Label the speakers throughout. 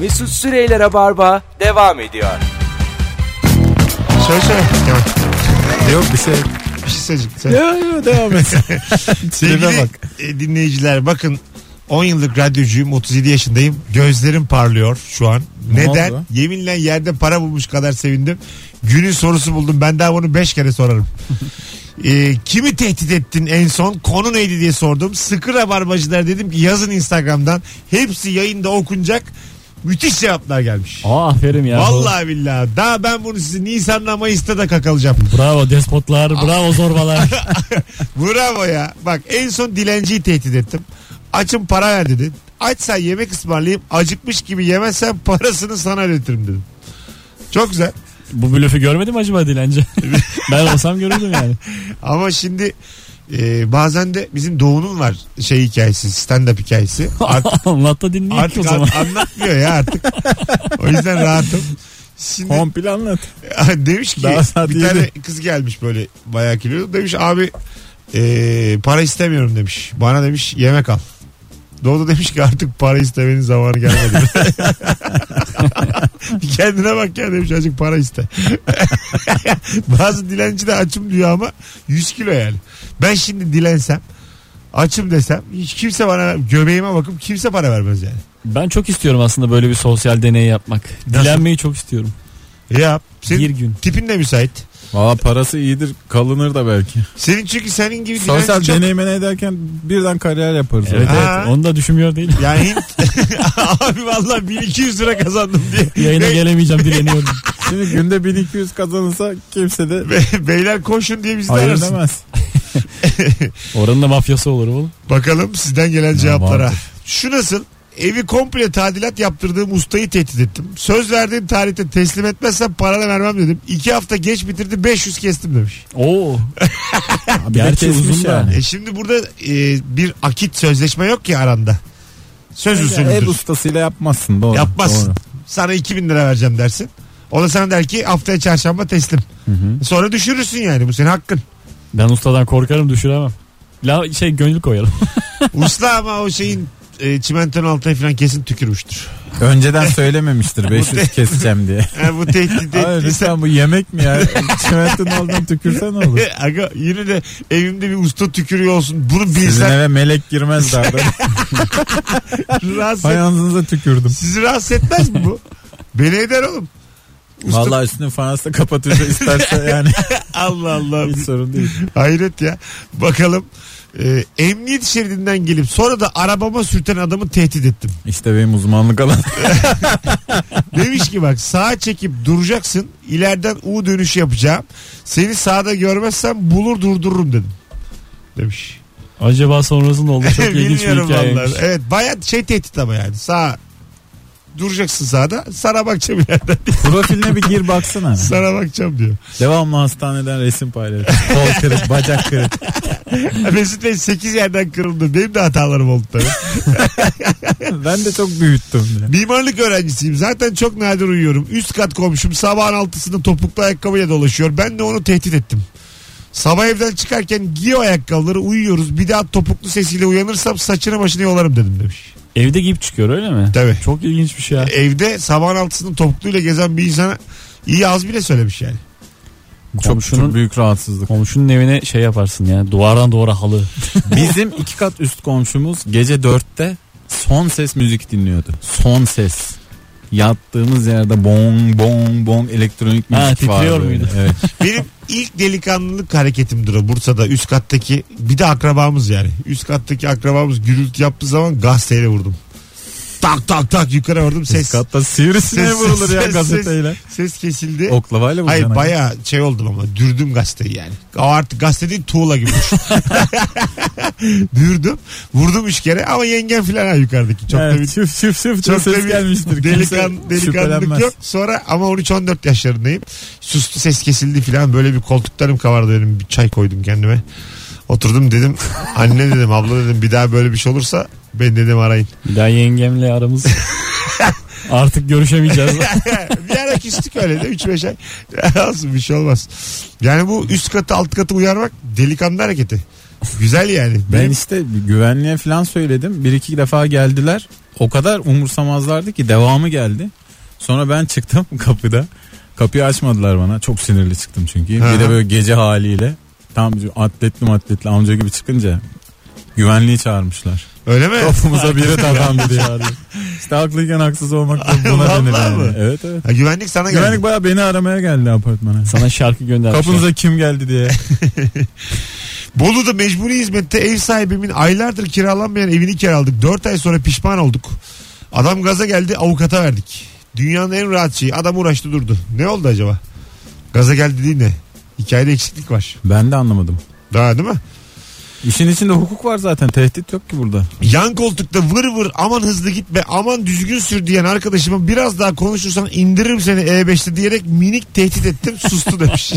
Speaker 1: Mesut Süreyler'e barba devam ediyor.
Speaker 2: Söyle söyle. Devam. Yok bir şey. Bir şey söyleyecek. Sen-
Speaker 3: Ya, ya, devam et. Tipe
Speaker 2: Sevgili
Speaker 3: bak.
Speaker 2: e, dinleyiciler bakın 10 yıllık radyocuyum 37 yaşındayım. Gözlerim parlıyor şu an.
Speaker 3: Ne
Speaker 2: Neden?
Speaker 3: oldu?
Speaker 2: Yeminle yerde para bulmuş kadar sevindim. Günün sorusu buldum. Ben daha bunu 5 kere sorarım. E, kimi tehdit ettin en son? Konu neydi diye sordum. Sıkı rabarbacılar dedim ki yazın Instagram'dan. Hepsi yayında okunacak. Müthiş cevaplar gelmiş.
Speaker 3: Aa, aferin ya.
Speaker 2: Vallahi billahi. Daha ben bunu sizi Nisan'la Mayıs'ta da kakalayacağım.
Speaker 3: Bravo despotlar, bravo zorbalar.
Speaker 2: Bravo ya. Bak en son dilenciyi tehdit ettim. Açın para ver dedi. Açsan yemek ısmarlayayım. Acıkmış gibi yemezsen parasını sana ödetirim dedim. Çok güzel.
Speaker 3: Bu blöfü görmedim acaba dilence? ben olsam görürdüm yani.
Speaker 2: Ama şimdi e, bazen de bizim Doğu'nun var şey hikayesi stand up hikayesi. Art-
Speaker 3: Anlat da dinleyeyim ki o
Speaker 2: artık
Speaker 3: zaman.
Speaker 2: an- anlatmıyor ya artık. o yüzden rahatım. Şimdi
Speaker 3: Komple anlat.
Speaker 2: demiş ki
Speaker 3: Daha saat
Speaker 2: bir
Speaker 3: yedi.
Speaker 2: tane kız gelmiş böyle bayağı kilolu. Demiş abi e, para istemiyorum demiş. Bana demiş yemek al. Doğdu demiş ki artık para istemenin zamanı gelmedi. Bir Kendine bak ya demiş azıcık para iste. Bazı dilenci de açım diyor ama 100 kilo yani. Ben şimdi dilensem açım desem hiç kimse bana göbeğime bakıp kimse para vermez yani.
Speaker 3: Ben çok istiyorum aslında böyle bir sosyal deney yapmak.
Speaker 2: Nasıl?
Speaker 3: Dilenmeyi çok istiyorum.
Speaker 2: Ya senin
Speaker 3: Bir gün.
Speaker 2: tipin de müsait.
Speaker 4: Valla parası iyidir kalınır da belki.
Speaker 2: Senin çünkü senin gibi dilenci
Speaker 4: Sosyal
Speaker 2: çok
Speaker 4: deneyimene ederken birden kariyer yaparız.
Speaker 3: Evet
Speaker 2: Ha.
Speaker 3: evet onu da düşünmüyor değil.
Speaker 2: Ya Hint abi valla 1200 lira kazandım diye.
Speaker 3: Yayına
Speaker 2: Be-
Speaker 3: gelemeyeceğim dileniyorum.
Speaker 4: Şimdi günde 1200 kazanırsa kimse de
Speaker 2: be- beyler koşun diye bizi de
Speaker 4: hayır
Speaker 2: arasın.
Speaker 4: demez.
Speaker 3: Oranın da mafyası olur oğlum.
Speaker 2: Bakalım sizden gelen cevaplara.
Speaker 4: vardır.
Speaker 2: Şu nasıl? Evi komple tadilat yaptırdığım ustayı tehdit ettim. Söz verdiğim tarihte teslim etmezsen paranı vermem dedim. İki hafta geç bitirdi 500 kestim demiş.
Speaker 3: Oo.
Speaker 4: Abi
Speaker 3: Gerçi
Speaker 4: kesmiş
Speaker 3: uzun da.
Speaker 2: E şimdi burada e, bir akit sözleşme yok ki aranda. Söz
Speaker 4: Ev
Speaker 2: usulüdür.
Speaker 4: ustasıyla yapmazsın doğru.
Speaker 2: Yapmazsın.
Speaker 4: Doğru.
Speaker 2: Sana 2000 lira vereceğim dersin. O da sana der ki haftaya çarşamba teslim. Sonra düşürürsün yani bu senin hakkın.
Speaker 3: Ben ustadan korkarım düşüremem. La şey gönül koyalım.
Speaker 2: Usta ama o şeyin e, çimentonun altına falan kesin tükürmüştür.
Speaker 4: Önceden söylememiştir 500 keseceğim diye.
Speaker 2: Yani E, bu tehdit
Speaker 4: Abi
Speaker 2: ettiyse...
Speaker 4: lütfen bu yemek mi ya? Çimentin altından tükürsen olur.
Speaker 2: E, Aga yine de evimde bir usta tükürüyor olsun. Bunu
Speaker 4: Sizin
Speaker 2: bilsen
Speaker 4: eve melek girmez daha. Ben
Speaker 2: rahatsız et-
Speaker 4: Fayansınıza tükürdüm.
Speaker 2: Sizi rahatsız etmez mi bu? Beni eder oğlum. Usta-
Speaker 4: Vallahi üstünü fayansla kapatırsa isterse yani
Speaker 2: Allah Allah.
Speaker 4: hiç sorun değil.
Speaker 2: Hayret ya. Bakalım. E, emniyet şeridinden gelip sonra da arabama sürten adamı tehdit ettim.
Speaker 4: İşte benim uzmanlık alanım.
Speaker 2: Demiş ki bak sağa çekip duracaksın. İleriden U dönüşü yapacağım. Seni sağda görmezsem bulur durdururum dedim. Demiş.
Speaker 3: Acaba sonrasında oldu çok ilginç bir
Speaker 2: Bilmiyorum vallahi.
Speaker 3: hikayeymiş.
Speaker 2: Evet bayağı şey tehdit ama yani. Sağ duracaksın sağda. Sana bakacağım ileriden.
Speaker 4: Profiline bir gir baksana.
Speaker 2: Sana bakacağım diyor.
Speaker 4: Devamlı hastaneden resim paylaşıyor. Kol kırık, bacak kırık.
Speaker 2: Mesut Bey 8 yerden kırıldı. Benim de hatalarım oldu tabii.
Speaker 4: Ben de çok büyüttüm. diye.
Speaker 2: Mimarlık öğrencisiyim. Zaten çok nadir uyuyorum. Üst kat komşum sabahın altısında topuklu ayakkabıyla dolaşıyor. Ben de onu tehdit ettim. Sabah evden çıkarken giy o ayakkabıları uyuyoruz. Bir daha topuklu sesiyle uyanırsam saçını başını yolarım dedim demiş.
Speaker 3: Evde giyip çıkıyor öyle mi?
Speaker 2: Tabii.
Speaker 3: Çok ilginçmiş ya.
Speaker 2: Evde sabahın altısında topukluyla gezen bir insana iyi az bile söylemiş yani.
Speaker 4: Çok, çok büyük rahatsızlık.
Speaker 3: Komşunun evine şey yaparsın ya duvardan duvara halı.
Speaker 4: Bizim iki kat üst komşumuz gece dörtte son ses müzik dinliyordu. Son ses. Yattığımız yerde bong bong bong elektronik
Speaker 3: Ha,
Speaker 4: müzik
Speaker 3: titriyor
Speaker 4: vardı. öyle.
Speaker 3: muydu?
Speaker 4: Evet.
Speaker 2: Benim ilk delikanlılık hareketimdir o Bursa'da üst kattaki bir de akrabamız yani. Üst kattaki akrabamız gürültü yaptığı zaman gazeteyle vurdum. Tak tak tak yukarı vurdum ses.
Speaker 4: Üst katta sivrisine
Speaker 2: ses-
Speaker 4: vurulur ya
Speaker 2: ses-
Speaker 4: gazeteyle.
Speaker 2: Ses kesildi.
Speaker 4: Oklavayla
Speaker 2: Hayır
Speaker 4: vuracaksın.
Speaker 2: baya şey oldum ama dürdüm gazeteyi yani. O artık gazete değil tuğla gibi. dürdüm. Vurdum üç kere ama yengem filan ha yukarıdaki. Çok da
Speaker 4: evet,
Speaker 2: bir
Speaker 4: şıf şıf şıf diye
Speaker 2: çok
Speaker 4: ses
Speaker 2: da bir
Speaker 4: gelmiştir.
Speaker 2: Delikan,
Speaker 4: Kimse
Speaker 2: delikanlık
Speaker 4: şüphelenmez.
Speaker 2: yok. Sonra ama 13-14 yaşlarındayım. Sustu ses kesildi filan böyle bir koltuklarım kavardı benim. Bir çay koydum kendime. Oturdum dedim anne dedim abla dedim bir daha böyle bir şey olursa ben dedim arayın.
Speaker 3: Bir daha yengemle aramız artık görüşemeyeceğiz.
Speaker 2: bir ara küstük öyle de 3-5 ay. Olsun bir şey olmaz. Yani bu üst katı alt katı uyarmak delikanlı hareketi. Güzel yani.
Speaker 4: Ben
Speaker 2: Benim
Speaker 4: işte güvenliğe falan söyledim. Bir iki defa geldiler. o kadar umursamazlardı ki devamı geldi. Sonra ben çıktım kapıda. Kapıyı açmadılar bana. Çok sinirli çıktım çünkü.
Speaker 2: Hı
Speaker 4: Bir de
Speaker 2: hı.
Speaker 4: böyle gece haliyle tam atletli matletli amca gibi çıkınca güvenliği çağırmışlar.
Speaker 2: Öyle mi?
Speaker 4: Kafamıza biri takan biri yani. İşte haklıyken haksız olmak da buna
Speaker 2: Vallahi
Speaker 4: denir yani.
Speaker 2: mi?
Speaker 4: Evet evet.
Speaker 2: Ha, güvenlik sana geldi.
Speaker 4: Güvenlik baya beni aramaya geldi apartmana.
Speaker 3: Sana şarkı göndermişler.
Speaker 4: Kapınıza kim geldi diye.
Speaker 2: Bolu'da mecburi hizmette ev sahibimin aylardır kiralanmayan evini kiraladık. 4 ay sonra pişman olduk. Adam gaza geldi avukata verdik. Dünyanın en rahat şeyi adam uğraştı durdu. Ne oldu acaba? Gaza geldi dediğin ne? Hikayede eksiklik var.
Speaker 4: Ben de anlamadım.
Speaker 2: Daha değil mi?
Speaker 4: İşin içinde hukuk var zaten. Tehdit yok ki burada.
Speaker 2: Yan koltukta vır vır aman hızlı gitme aman düzgün sür diyen arkadaşıma biraz daha konuşursan indiririm seni E5'te diyerek minik tehdit ettim sustu demiş.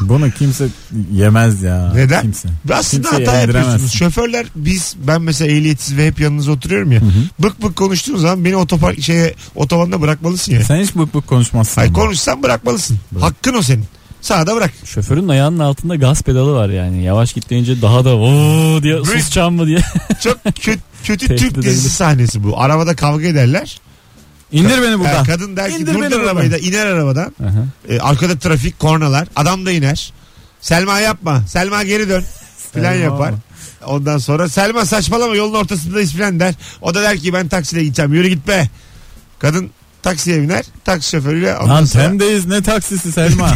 Speaker 4: Bunu kimse yemez ya.
Speaker 2: Neden?
Speaker 4: Kimse.
Speaker 2: Aslında
Speaker 4: Kimseyi
Speaker 2: hata
Speaker 4: indiremezsin.
Speaker 2: yapıyorsunuz. Şoförler biz ben mesela ehliyetsiz ve hep yanınıza oturuyorum ya. Bık bık konuştuğun zaman beni otopark şeye otobanda bırakmalısın ya.
Speaker 4: Sen hiç bık bık konuşmazsın.
Speaker 2: Hayır
Speaker 4: ama.
Speaker 2: konuşsan bırakmalısın. Hakkın o senin. Sağda bırak.
Speaker 3: Şoförün ayağının altında gaz pedalı var yani. Yavaş gittiğince daha da ooo diye
Speaker 2: Böyle-
Speaker 3: susacağım mı diye.
Speaker 2: Çok kötü, kötü
Speaker 3: Tehdit
Speaker 2: Türk dizisi
Speaker 3: edebilir.
Speaker 2: sahnesi bu. Arabada kavga ederler.
Speaker 4: İndir beni
Speaker 2: Ha,
Speaker 4: buradan.
Speaker 2: kadın der ki
Speaker 4: İndir beni
Speaker 2: durdur
Speaker 4: buradan."
Speaker 2: arabayı da iner arabadan.
Speaker 3: Aha.
Speaker 2: E, arkada trafik, kornalar. Adam da iner. Selma yapma. Selma geri dön. Filan
Speaker 4: Selma.
Speaker 2: yapar. Ondan sonra Selma saçmalama yolun ortasındayız filan der. O da der ki ben taksiyle gideceğim. Yürü git be. Kadın taksiye biner. Taksi şoförüyle ondan
Speaker 4: Lan
Speaker 2: sonra...
Speaker 4: temdeyiz ne taksisi Selma.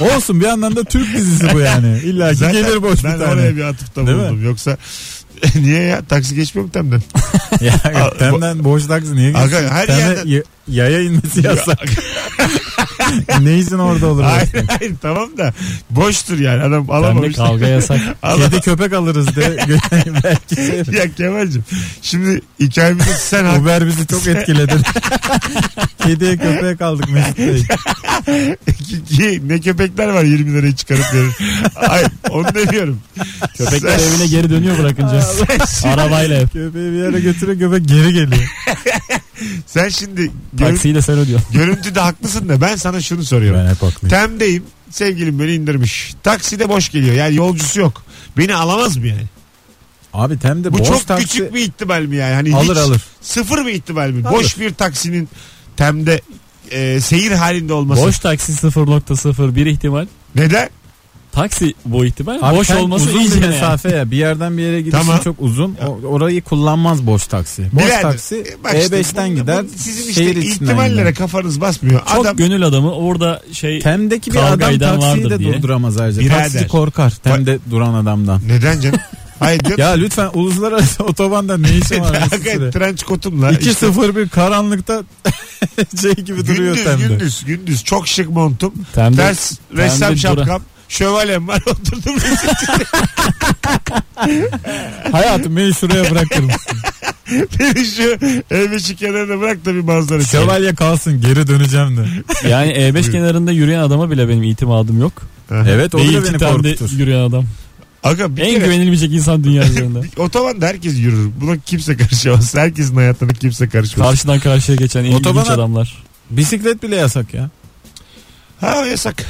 Speaker 4: Olsun bir yandan da Türk dizisi bu yani. İlla ki
Speaker 2: Zaten
Speaker 4: gelir boş bir
Speaker 2: ben
Speaker 4: tane.
Speaker 2: oraya bir atıfta
Speaker 4: Değil
Speaker 2: bulundum. Yoksa niye ya? Taksi geçmiyor mu temden?
Speaker 4: Ya, temden boş taksi niye geçsin?
Speaker 2: Aga, her
Speaker 4: Temde
Speaker 2: yerden-
Speaker 4: y- yaya inmesi yasak. ne izin orada olur?
Speaker 2: hayır hayır tamam da boştur yani adam
Speaker 3: Ben de
Speaker 2: alamamış.
Speaker 3: kavga yasak.
Speaker 2: Alamamış.
Speaker 4: Kedi köpek alırız de. Belki şey-
Speaker 2: Ya Kemal'cim şimdi hikayemizde sen haklı
Speaker 4: Uber bizi çok etkiledi. Kediye köpeğe kaldık Mesut Bey.
Speaker 2: Ki- ki ne köpekler var 20 lirayı çıkarıp verir. Ay, onu demiyorum.
Speaker 3: Köpekler
Speaker 2: Sen-
Speaker 3: evine geri dönüyor bırakınca. Arabayla hep.
Speaker 4: Köpeği bir yere götürüyor köpek geri geliyor.
Speaker 2: Sen şimdi görün,
Speaker 3: Taksiyi de sen ödüyorsun.
Speaker 2: görüntüde haklısın da ben sana şunu soruyorum.
Speaker 4: hep haklıyım.
Speaker 2: Temdeyim sevgilim beni indirmiş. Takside boş geliyor yani yolcusu yok. Beni alamaz mı yani?
Speaker 4: Abi temde
Speaker 2: Bu
Speaker 4: boş
Speaker 2: çok
Speaker 4: taksi
Speaker 2: küçük bir ihtimal mi yani? Hani
Speaker 4: alır
Speaker 2: hiç-
Speaker 4: alır.
Speaker 2: Sıfır bir ihtimal mi?
Speaker 4: Alır.
Speaker 2: Boş bir taksinin temde e, seyir halinde olması.
Speaker 3: Boş taksi 0.01 ihtimal.
Speaker 2: Neden?
Speaker 3: Taksi bu ihtimal.
Speaker 4: Abi
Speaker 3: boş
Speaker 4: sen
Speaker 3: olması
Speaker 4: uzun
Speaker 3: iyice
Speaker 4: bir
Speaker 3: yani.
Speaker 4: mesafe ya. Bir yerden bir yere gidişin
Speaker 2: Tamam.
Speaker 4: çok uzun. O- orayı kullanmaz boş taksi. Boş
Speaker 2: Bilader.
Speaker 4: taksi
Speaker 2: E, bak işte
Speaker 4: E5'ten
Speaker 2: bu-
Speaker 4: gider.
Speaker 2: bu- Sizin işte
Speaker 4: şehir içinden
Speaker 2: ihtimallere
Speaker 4: gider.
Speaker 2: kafanız basmıyor.
Speaker 3: Çok
Speaker 2: Adam
Speaker 3: gönül adamı orada şey
Speaker 4: Temdeki bir
Speaker 3: Kavga
Speaker 4: adam
Speaker 3: eden
Speaker 4: taksiyi de
Speaker 3: vardır diye.
Speaker 4: durduramaz ayrıca.
Speaker 2: Birader.
Speaker 4: Taksici korkar temde duran adamdan.
Speaker 2: neden canım? Hayır diyorum.
Speaker 4: Ya lütfen uluslararası otobanda ne işin var? Mesut Süre?
Speaker 2: Hakikaten trenç kotumla. işte
Speaker 4: 2-0-1 karanlıkta şey gibi duruyor
Speaker 2: gündüz,
Speaker 4: temde.
Speaker 2: gündüz, gündüz. Çok şık montum.
Speaker 3: Temde-
Speaker 2: Ters ressam
Speaker 3: dura-
Speaker 2: şapkam. Şövalem var oturdum.
Speaker 4: Hayatım beni şuraya bırakırım.
Speaker 2: Beni şu E5'i kenarına bırak da bir manzara çek.
Speaker 4: Şövalye kalsın geri döneceğim de.
Speaker 3: yani E5 kenarında yürüyen adama bile benim itimadım yok.
Speaker 4: Evet o da
Speaker 3: Değil ki
Speaker 4: beni
Speaker 3: temde
Speaker 4: korkutur.
Speaker 3: yürüyen adam.
Speaker 2: Aga bir
Speaker 3: en
Speaker 2: kere
Speaker 3: güvenilmeyecek insan dünya üzerinde.
Speaker 2: bir- otobanda herkes yürür. Buna kimse karışamaz. Herkesin hayatına kimse karışmaz.
Speaker 3: Karşıdan karşıya geçen ilginç
Speaker 4: Otobana-
Speaker 3: adamlar.
Speaker 4: Bisiklet bile yasak ya.
Speaker 2: ha yasak.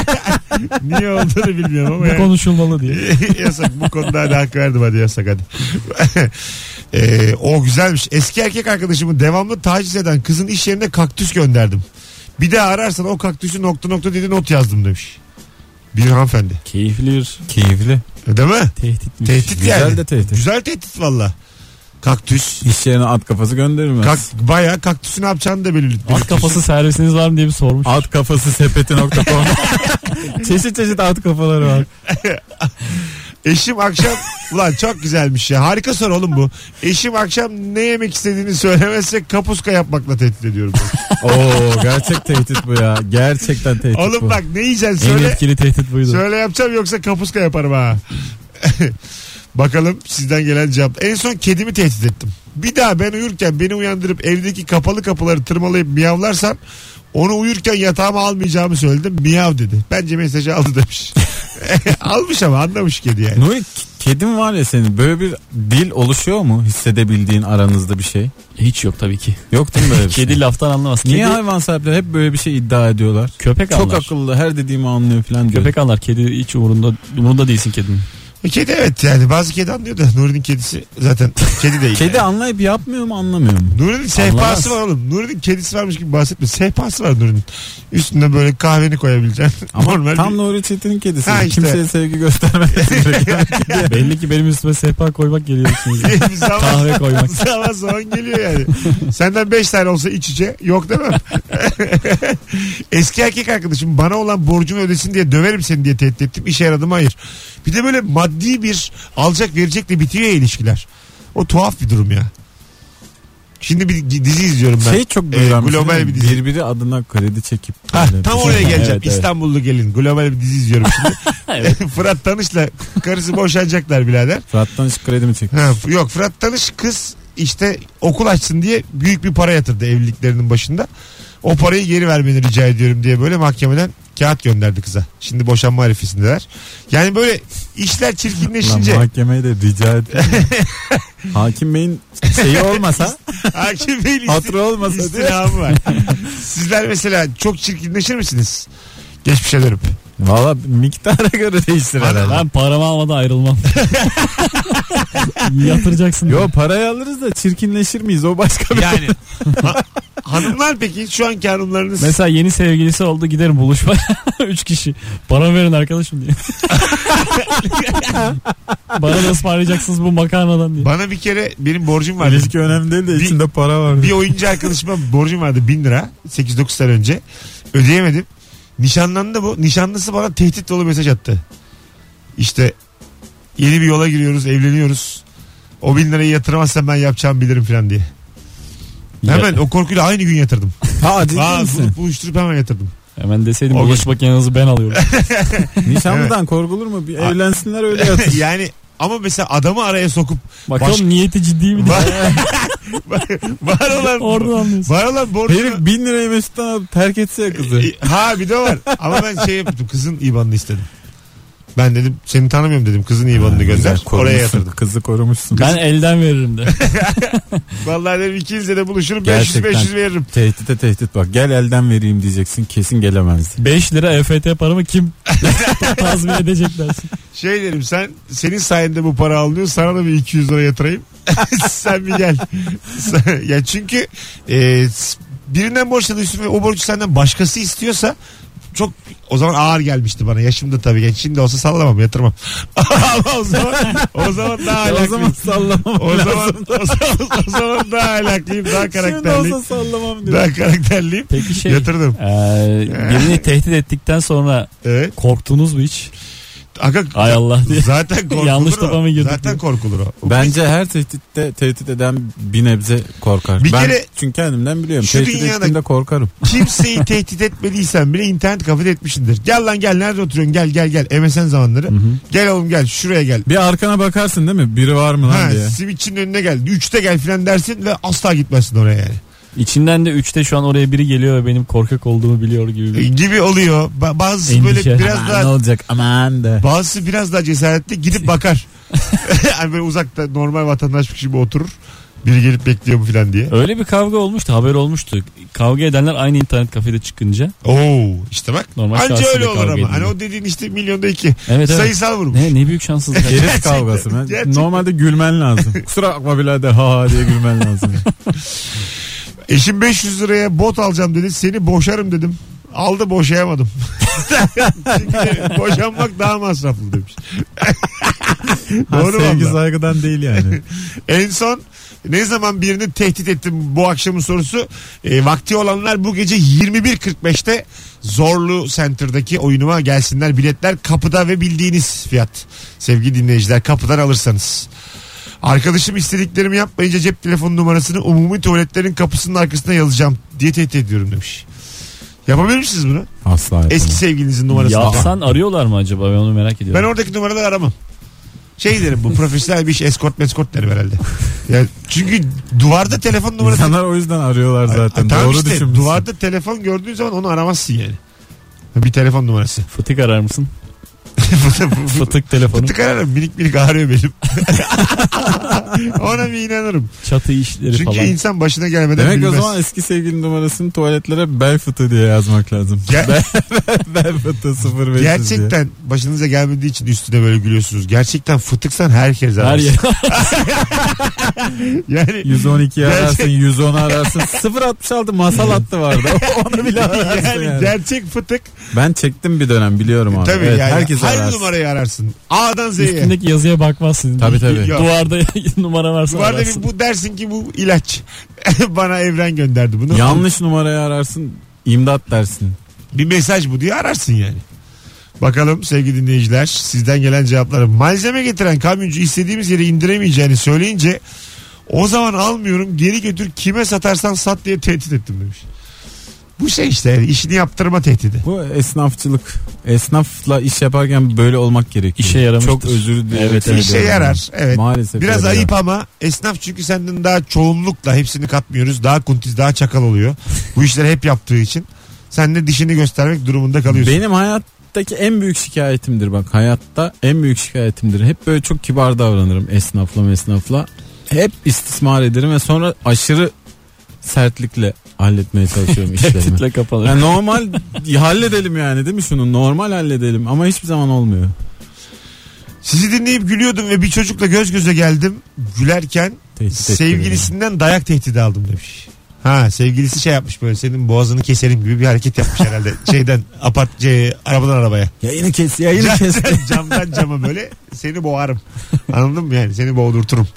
Speaker 2: Niye olduğunu bilmiyorum ama
Speaker 3: Bu
Speaker 2: yani.
Speaker 3: konuşulmalı diye.
Speaker 2: yasak bu konuda hadi hak verdim hadi yasak hadi. Ee, o güzelmiş. Eski erkek arkadaşımı devamlı taciz eden kızın iş yerine kaktüs gönderdim. Bir daha ararsan o kaktüsü nokta nokta dedi not yazdım demiş. Bir hanımefendi. E,
Speaker 3: Keyifli bir
Speaker 4: Keyifli.
Speaker 2: Değil mi?
Speaker 3: tehditmiş.
Speaker 2: Tehdit
Speaker 4: Güzel
Speaker 2: yani.
Speaker 4: de tehdit.
Speaker 2: Güzel tehdit valla. Kaktüs.
Speaker 4: İş yerine at kafası gönderilmez.
Speaker 2: Kak, bayağı kaktüsü ne yapacağını da belirli.
Speaker 3: At kafası servisiniz var mı diye bir sormuş.
Speaker 4: At kafası sepeti.com Çeşit çeşit at kafaları var.
Speaker 2: Eşim akşam ulan çok güzelmiş ya. Harika soru oğlum bu. Eşim akşam ne yemek istediğini söylemezse kapuska yapmakla tehdit ediyorum.
Speaker 4: Oo gerçek tehdit bu ya. Gerçekten tehdit
Speaker 2: oğlum
Speaker 4: bu.
Speaker 2: bak ne yiyeceksin
Speaker 3: en
Speaker 2: söyle.
Speaker 3: etkili tehdit buydu.
Speaker 2: Söyle yapacağım yoksa kapuska yaparım ha. Bakalım sizden gelen cevap. En son kedimi tehdit ettim. Bir daha ben uyurken beni uyandırıp evdeki kapalı kapıları tırmalayıp miyavlarsan onu uyurken yatağıma almayacağımı söyledim. Miyav dedi. Bence mesajı aldı demiş. Almış ama anlamış kedi yani.
Speaker 4: Nuri k- kedin var ya senin böyle bir dil oluşuyor mu hissedebildiğin aranızda bir şey?
Speaker 3: Hiç yok tabii ki.
Speaker 4: Yok değil mi böyle bir şey?
Speaker 3: Kedi laftan anlamaz.
Speaker 4: Niye
Speaker 3: Kedi,
Speaker 4: hayvan sahipleri hep böyle bir şey iddia ediyorlar?
Speaker 3: köpek
Speaker 4: Çok
Speaker 3: anlar.
Speaker 4: akıllı her dediğimi anlıyor falan diyor.
Speaker 3: Köpek anlar. Kedi hiç umurunda, umurunda değilsin kedinin.
Speaker 2: E, kedi evet yani bazı kedi anlıyor da Nuri'nin kedisi zaten kedi değil.
Speaker 4: Kedi
Speaker 2: yani.
Speaker 4: anlayıp yapmıyor mu anlamıyor mu?
Speaker 2: Nuri'nin sehpası
Speaker 4: Anlamaz.
Speaker 2: var oğlum. Nuri'nin kedisi varmış gibi bahsetme. Sehpası var Nuri'nin. Üstüne böyle kahveni koyabileceksin.
Speaker 4: Ama
Speaker 2: Normal
Speaker 4: tam
Speaker 2: bir-
Speaker 4: Nuri Çetin'in kedisi.
Speaker 2: Ha işte.
Speaker 4: Kimseye sevgi göstermez.
Speaker 3: Belli ki benim üstüme sehpa koymak geliyor şimdi.
Speaker 2: Bir zaman,
Speaker 3: Kahve koymak.
Speaker 2: zaman zaman geliyor yani. Senden 5 tane olsa iç içe yok değil mi? Eski erkek arkadaşım bana olan borcunu ödesin diye döverim seni diye tehdit ettim. İşe yaradı mı? Hayır. Bir de böyle maddi bir alacak verecek de bitiyor ya ilişkiler. O tuhaf bir durum ya. Şimdi bir dizi izliyorum ben.
Speaker 4: şey çok
Speaker 2: Ee,
Speaker 4: duyuran bir şey
Speaker 2: global
Speaker 4: değil mi?
Speaker 2: bir dizi.
Speaker 4: Birbiri adına kredi çekip.
Speaker 2: Ha,
Speaker 4: böyle
Speaker 2: tam
Speaker 4: bir şey
Speaker 2: oraya
Speaker 4: yapan.
Speaker 2: geleceğim.
Speaker 4: Evet, evet.
Speaker 2: İstanbullu gelin. Global bir dizi izliyorum şimdi. Fırat Tanış'la karısı boşanacaklar birader.
Speaker 4: Fırat'tan hiç kredi mi çekti?
Speaker 2: Ha, yok Fırat Tanış kız işte okul açsın diye büyük bir para yatırdı evliliklerinin başında. O parayı geri vermeni rica ediyorum diye böyle mahkemeden kağıt gönderdi kıza. Şimdi boşanma harifisindeler. Yani böyle işler
Speaker 4: Lan
Speaker 2: çirkinleşince
Speaker 4: mahkemeye de rica et. Hakim Bey'in şeyi olmasa,
Speaker 2: hakim beyin isti-
Speaker 4: hatırı olmasa diye.
Speaker 2: istinamı var. Sizler mesela çok çirkinleşir misiniz? Geçmişe dönüp.
Speaker 4: Valla miktara göre değiştir herhalde.
Speaker 3: Ben paramı almadan ayrılmam. Yatıracaksın.
Speaker 4: Yo parayı alırız da çirkinleşir miyiz o başka bir
Speaker 2: Yani. Ha- hanımlar peki şu anki hanımlarınız
Speaker 3: Mesela yeni sevgilisi oldu giderim buluşmaya. Üç kişi. Bana verin arkadaşım diye. Bana da ısmarlayacaksınız bu makarnadan diye.
Speaker 2: bana bir kere benim borcum vardı.
Speaker 4: İlişki önemli değil de
Speaker 2: Bir-
Speaker 4: içinde para var.
Speaker 2: bir oyuncu arkadaşıma borcum vardı 1000 lira 8-9 sene önce ödeyemedim nişanlandı bu nişanlısı bana tehdit dolu mesaj attı işte yeni bir yola giriyoruz evleniyoruz o 1000 lirayı yatıramazsam ben yapacağımı bilirim falan diye hemen o korkuyla aynı gün yatırdım
Speaker 4: Ha ciddi
Speaker 2: Aa,
Speaker 4: misin?
Speaker 2: bulup buluşturup hemen yatırdım
Speaker 3: Hemen deseydim
Speaker 2: O
Speaker 3: bulaş makinenizi ben alıyorum.
Speaker 4: Nişanlıdan korkulur mu? Bir evlensinler
Speaker 2: E,
Speaker 4: öyle yatsın.
Speaker 2: yani ama mesela adamı araya sokup
Speaker 3: Bakalım
Speaker 2: Baş-
Speaker 3: niyeti ciddi mi diye.
Speaker 2: var, var olan
Speaker 3: Oradan anlıyorsun.
Speaker 2: var olan borcunu
Speaker 4: Herif bin lirayı Mesut'tan alıp terk etse ya
Speaker 2: E,
Speaker 4: kızı.
Speaker 2: Ha bir de var. Ama ben şey yaptım. Kızın IBAN'ını istedim. Ben dedim seni tanımıyorum dedim. Kızın IBAN'ını
Speaker 4: Güzel,
Speaker 2: gönder. Oraya
Speaker 4: korumuşsun.
Speaker 2: yatırdım.
Speaker 4: Kızı korumuşsun.
Speaker 3: Ben elden veririm de.
Speaker 2: Vallahi dedim ikinize de buluşurum.
Speaker 4: Gerçekten.
Speaker 2: 500-500 veririm.
Speaker 4: Tehdite tehdit bak. Gel elden vereyim diyeceksin kesin gelemez.
Speaker 3: 5 lira EFT paramı kim tazmin edecek dersin.
Speaker 2: Şey dedim sen senin sayende bu para alınıyor. Sana da bir 200 lira yatırayım. sen bir gel. ya çünkü e, birinden borçlanıyorsun ve o borcu senden başkası istiyorsa çok o zaman ağır gelmişti bana. Yaşımda tabii genç. Şimdi olsa sallamam yatırmam. Ama o zaman o zaman daha
Speaker 4: o
Speaker 2: alakalıyım.
Speaker 4: zaman sallamam
Speaker 2: O
Speaker 4: lazım.
Speaker 2: zaman, o zaman, o zaman daha alaklıyım, daha
Speaker 4: Şimdi
Speaker 2: karakterliyim.
Speaker 4: olsa sallamam diyor.
Speaker 2: Daha karakterliyim.
Speaker 3: Peki şey.
Speaker 2: Yatırdım.
Speaker 3: eee, birini tehdit ettikten sonra
Speaker 2: Evet.
Speaker 3: korktunuz mu hiç?
Speaker 2: Aga,
Speaker 3: Ay Allah diye.
Speaker 2: zaten korkulur
Speaker 3: Yanlış
Speaker 2: o.
Speaker 3: topa mı girdik
Speaker 2: Zaten
Speaker 3: ya?
Speaker 2: korkulur o.
Speaker 4: Bence her tehditte tehdit eden bir nebze korkar.
Speaker 2: Bir
Speaker 4: ben
Speaker 2: kere-
Speaker 4: çünkü kendimden biliyorum.
Speaker 2: Şu
Speaker 4: Tehdit
Speaker 2: dünyada-
Speaker 4: ettiğimde korkarım.
Speaker 2: Kimseyi tehdit etmediysen bile internet kafede etmişsindir. Gel lan gel nerede oturuyorsun gel gel gel MSN zamanları. Gel oğlum gel şuraya gel.
Speaker 4: Bir arkana bakarsın değil mi? Biri var mı lan
Speaker 2: Ha,
Speaker 4: diye.
Speaker 2: simitçinin önüne gel. Üçte gel filan dersin ve asla gitmezsin oraya yani.
Speaker 3: İçinden de 3'te şu an oraya biri geliyor ve benim korkak olduğumu biliyor gibi.
Speaker 2: E,
Speaker 3: Bir...
Speaker 2: Gibi oluyor. Ba- bazısı böyle
Speaker 3: Endişe.
Speaker 2: biraz
Speaker 4: ne
Speaker 2: daha
Speaker 4: olacak aman de.
Speaker 2: bazısı biraz daha cesaretli gidip bakar. hani böyle uzakta normal vatandaş gibi oturur. Biri gelip bekliyor mu filan diye.
Speaker 3: Öyle bir kavga olmuştu haber olmuştu. Kavga edenler aynı internet kafede çıkınca.
Speaker 2: Oo işte bak.
Speaker 3: Normal
Speaker 2: Anca
Speaker 3: şahsiyle
Speaker 2: öyle olur
Speaker 3: kavga
Speaker 2: ama.
Speaker 3: ediliyor.
Speaker 2: Hani o dediğin işte milyonda iki.
Speaker 3: Evet evet.
Speaker 2: Sayısal vurmuş.
Speaker 3: Ne, ne büyük şanssızlık.
Speaker 4: Herif kavgası. Ben-
Speaker 2: gerçekten.
Speaker 4: Normalde gülmen lazım. Kusura bakma birader ha ha diye gülmen lazım.
Speaker 2: Eşim 500 liraya bot alacağım dedi. Seni boşarım dedim. Aldı boşayamadım. Çünkü boşanmak daha masraflı demiş.
Speaker 4: Ha,
Speaker 2: Doğru
Speaker 4: sevgi
Speaker 2: valla.
Speaker 4: saygıdan değil yani.
Speaker 2: En son ne zaman birini tehdit ettim bu akşamın sorusu. E, vakti olanlar bu gece 21.45'te Zorlu Center'daki oyunuma gelsinler. Biletler kapıda ve bildiğiniz fiyat. Sevgili dinleyiciler kapıdan alırsanız. Arkadaşım istediklerimi yapmayınca cep telefonu numarasını umumi tuvaletlerin kapısının arkasına yazacağım diye tehdit ediyorum demiş. Yapabilir misiniz bunu?
Speaker 4: Asla yapamam.
Speaker 2: Eski sevgilinizin numarasını.
Speaker 3: Yapsan arıyorlar mı acaba ben onu merak ediyorum.
Speaker 2: Ben oradaki numaraları aramam. Şey derim bu profesyonel bir iş eskort meskort derim herhalde. Yani çünkü duvarda telefon numarası.
Speaker 4: İnsanlar o yüzden arıyorlar zaten.
Speaker 2: Ay, tamam
Speaker 4: Doğru
Speaker 2: işte,
Speaker 4: düşünmüşsün.
Speaker 2: Duvarda telefon gördüğün zaman onu aramazsın yani. Bir telefon numarası.
Speaker 3: Fıtık arar mısın? Fıtık telefonu.
Speaker 2: Fıtık ararım minik minik ağrıyor benim. Ona bir inanırım.
Speaker 3: Çatı işleri
Speaker 2: Çünkü
Speaker 3: falan.
Speaker 2: insan başına gelmeden
Speaker 4: Demek
Speaker 2: bilmez.
Speaker 4: o zaman eski sevgili numarasını tuvaletlere bel fıtığı diye yazmak lazım.
Speaker 2: Ger-
Speaker 4: bel fıtığı 0500 diye.
Speaker 2: Gerçekten başınıza gelmediği için üstüne böyle gülüyorsunuz. Gerçekten fıtıksan herkes
Speaker 3: Her
Speaker 2: ağrısın.
Speaker 3: yer.
Speaker 2: Yani
Speaker 4: 112 ararsın, 110 ararsın. 066 masal hattı vardı. Onu bile ararsın yani.
Speaker 2: yani, gerçek fıtık
Speaker 4: Ben çektim bir dönem biliyorum abi.
Speaker 2: tabii
Speaker 4: evet,
Speaker 2: yani.
Speaker 4: Herkes
Speaker 2: hangi
Speaker 4: ararsın.
Speaker 2: numarayı ararsın? A'dan Z'ye.
Speaker 3: Üstündeki yazıya bakmazsın.
Speaker 4: Tabii,
Speaker 3: Bir-
Speaker 4: tabii.
Speaker 3: bir Duvarda numara varsa
Speaker 2: Var
Speaker 3: ararsın.
Speaker 2: demek bu dersin ki bu ilaç. Bana evren gönderdi bunu.
Speaker 4: Yanlış numarayı ararsın, imdat dersin.
Speaker 2: Bir mesaj bu diye ararsın yani. Bakalım sevgili dinleyiciler sizden gelen cevapları. Malzeme getiren kamyoncu istediğimiz yere indiremeyeceğini söyleyince o zaman almıyorum geri götür kime satarsan sat diye tehdit ettim demiş. Bu şey işte yani işini yaptırma tehdidi.
Speaker 4: Bu esnafçılık. Esnafla iş yaparken böyle olmak gerekiyor.
Speaker 3: İşe yaramıştır.
Speaker 4: Çok özür dilerim.
Speaker 3: Evet, evet.
Speaker 2: İşe yarar. Evet.
Speaker 4: Maalesef.
Speaker 2: Biraz
Speaker 4: yarıyor.
Speaker 2: ayıp ama esnaf çünkü senden daha çoğunlukla hepsini katmıyoruz. Daha kuntiz daha çakal oluyor. Bu işleri hep yaptığı için. Sen de dişini göstermek durumunda kalıyorsun.
Speaker 4: Benim hayattaki en büyük şikayetimdir bak. Hayatta en büyük şikayetimdir. Hep böyle çok kibar davranırım esnafla mesnafla. Hep istismar ederim ve sonra aşırı sertlikle halletmeye çalışıyorum işlerimi.
Speaker 3: Tehditle kapanır.
Speaker 4: Yani normal halledelim yani değil mi şunu? Normal halledelim ama hiçbir zaman olmuyor.
Speaker 2: Sizi dinleyip gülüyordum ve bir çocukla göz göze geldim. Gülerken
Speaker 4: Tehdit etti
Speaker 2: Sevgilisinden dayak tehdidi aldım demiş. Ha sevgilisi şey yapmış böyle senin boğazını keserim gibi bir hareket yapmış herhalde. Şeyden apart şey, arabadan arabaya.
Speaker 4: beni. Yayını kes, yayını kes.
Speaker 2: Camdan cama böyle seni boğarım. Anladın mı yani seni boğdurturum.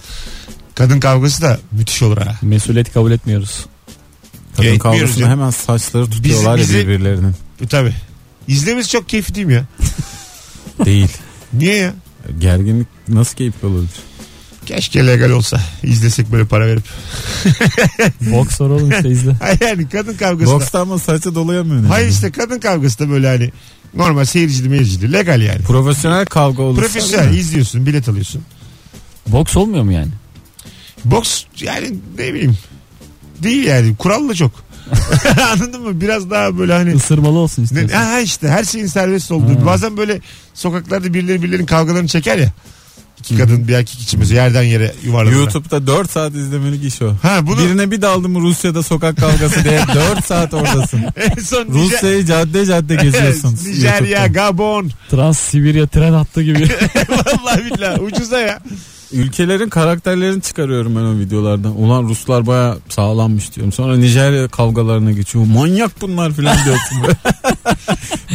Speaker 2: Kadın kavgası da müthiş olur ha.
Speaker 3: Mesuliyet kabul etmiyoruz.
Speaker 4: Kadın
Speaker 2: Yayın
Speaker 4: kavgasında
Speaker 2: diyoruz
Speaker 4: hemen saçları tutuyorlar
Speaker 2: bizi-
Speaker 4: ya birbirlerinin.
Speaker 2: E, Tabii. İzlemesi çok keyifli değil mi ya?
Speaker 4: Değil.
Speaker 2: Niye ya?
Speaker 4: Gerginlik nasıl keyifli olur?
Speaker 2: Keşke legal olsa. İzlesek böyle para verip.
Speaker 3: Boks var oğlum işte izle.
Speaker 2: Hayır yani kadın kavgası da.
Speaker 4: Boks'ta ama saça dolayamıyorsun.
Speaker 2: Hayır işte kadın kavgası da böyle hani normal seyircili meyircili legal yani.
Speaker 4: Profesyonel kavga olursa.
Speaker 2: Profesyonel izliyorsun bilet alıyorsun.
Speaker 3: Boks olmuyor mu yani?
Speaker 2: Boks yani ne bileyim değil yani kurallı çok. Anladın mı? Biraz daha böyle hani
Speaker 3: Isırmalı olsun
Speaker 2: ne,
Speaker 3: istiyorsan.
Speaker 2: ha işte her şeyin serbest olduğu.
Speaker 4: Hmm.
Speaker 3: Ha.
Speaker 2: Bazen böyle sokaklarda birileri birilerinin kavgalarını çeker ya. İki kadın bir erkek içimiz yerden yere yuvarlanır.
Speaker 4: YouTube'da 4 saat izlemelik iş o.
Speaker 2: Ha bunu
Speaker 4: Birine bir daldım Rusya'da sokak kavgası diye 4 saat oradasın.
Speaker 2: en son Nijer-
Speaker 4: Rusya'yı cadde cadde geziyorsun.
Speaker 2: Nijerya,
Speaker 4: YouTube'da.
Speaker 2: Gabon.
Speaker 3: Trans Sibirya tren hattı gibi.
Speaker 2: Vallahi billahi ucuza ya.
Speaker 4: Ülkelerin karakterlerini çıkarıyorum ben o videolardan. Ulan Ruslar baya sağlammış diyorum. Sonra Nijerya kavgalarına geçiyor. Manyak bunlar filan diyorsun. böyle.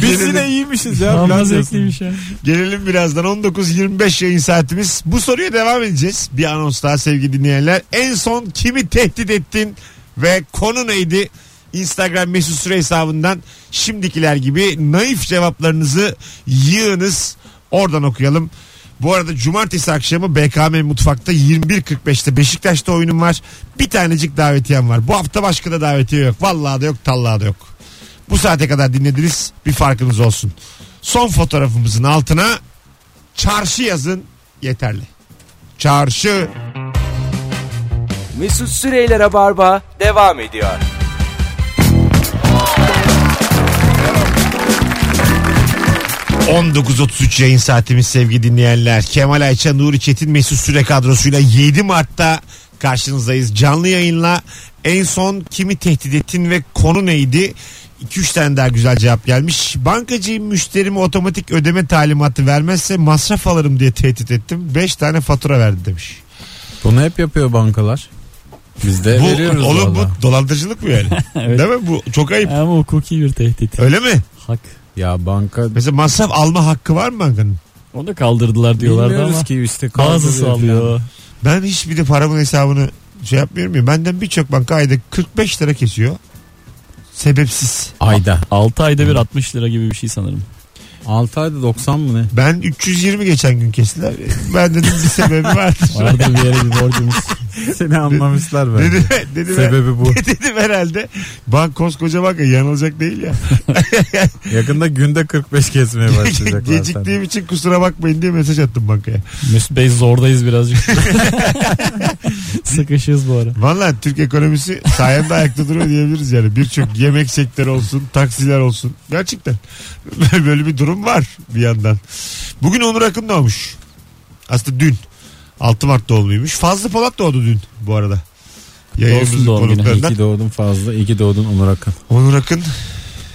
Speaker 4: Biz yine iyiymişiz ya
Speaker 3: Ama
Speaker 4: filan diyorsun.
Speaker 3: zevkliymiş ya.
Speaker 2: Gelelim birazdan 19.25 yayın saatimiz. Bu soruya devam edeceğiz. Bir anons daha sevgili dinleyenler. En son kimi tehdit ettin ve konu neydi? Instagram mesut süre hesabından şimdikiler gibi naif cevaplarınızı yığınız. Oradan okuyalım. Bu arada cumartesi akşamı BKM Mutfak'ta 21.45'te Beşiktaş'ta oyunum var. Bir tanecik davetiyem var. Bu hafta başka da davetiye yok. Vallahi da yok, tallahi da yok. Bu saate kadar dinlediniz. Bir farkınız olsun. Son fotoğrafımızın altına çarşı yazın yeterli. Çarşı.
Speaker 1: Mesut Süreyler'e barba devam ediyor.
Speaker 2: Tamam. 19.33 yayın saatimiz sevgili dinleyenler. Kemal Ayça, Nuri Çetin, Mesut Süre kadrosuyla 7 Mart'ta karşınızdayız. Canlı yayınla en son kimi tehdit ettin ve konu neydi? 2-3 tane daha güzel cevap gelmiş. Bankacıyım müşterime otomatik ödeme talimatı vermezse masraf alırım diye tehdit ettim. 5 tane fatura verdi demiş.
Speaker 4: Bunu hep yapıyor bankalar. Biz de E, veriyoruz
Speaker 2: bu, oğlum
Speaker 4: valla.
Speaker 2: bu dolandırıcılık mı yani?
Speaker 3: Evet.
Speaker 2: Değil mi? Bu çok ayıp.
Speaker 3: Ama hukuki bir tehdit.
Speaker 2: Öyle mi?
Speaker 3: Hak.
Speaker 4: Ya banka
Speaker 2: Mesela masraf alma hakkı var mı bankanın?
Speaker 3: Onu da kaldırdılar diyorlardı
Speaker 4: Bilmiyoruz
Speaker 3: ama.
Speaker 4: ki işte
Speaker 3: Bazısı
Speaker 4: kaldırıyor filan.
Speaker 3: alıyor.
Speaker 2: Ben hiçbir de paramın hesabını şey yapmıyorum ya. Benden birçok banka ayda 45 lira kesiyor. Sebepsiz.
Speaker 4: Ayda.
Speaker 3: 6 ayda bir 60 lira gibi bir şey sanırım.
Speaker 4: 6 ayda 90 mı ne?
Speaker 2: Ben 320 geçen gün kestiler. Ben dedim bir sebebi vardır.
Speaker 3: Vardır bir yere bir borcumuz.
Speaker 4: Seni anlamışlar bence.
Speaker 2: Dedi, dedi,
Speaker 4: Sebebi bu.
Speaker 2: dedim herhalde. Bank koskoca banka yanılacak değil ya.
Speaker 4: Yakında günde 45 kesmeye başlayacaklar. senden.
Speaker 2: Geciktiğim için kusura bakmayın diye mesaj attım bankaya.
Speaker 3: Mesut Bey zordayız birazcık. Sıkışız bu ara.
Speaker 2: Valla Türk ekonomisi sayende ayakta duruyor diyebiliriz yani. Birçok yemek sektörü olsun, taksiler olsun. Gerçekten böyle bir durum var bir yandan. Bugün Onur Akın doğmuş. Aslında dün. 6 Mart doğumluymuş. Fazlı Polat doğdu dün bu arada. Yayınımızın
Speaker 3: Doğsun doğum günü.
Speaker 2: konuklarından.
Speaker 4: İyi doğdun fazla. iyi doğdun Onur Akın.
Speaker 2: Onur Akın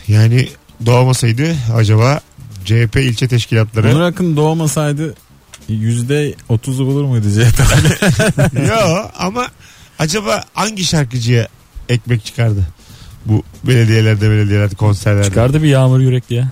Speaker 2: yani doğmasaydı acaba CHP ilçe teşkilatları
Speaker 4: Onur Akın doğmasaydı yüzde otuzu bulur muydu CHP?
Speaker 2: Yo ama acaba hangi şarkıcıya ekmek çıkardı? Bu belediyelerde belediyelerde konserlerde.
Speaker 3: Çıkardı bir yağmur yürekli ya.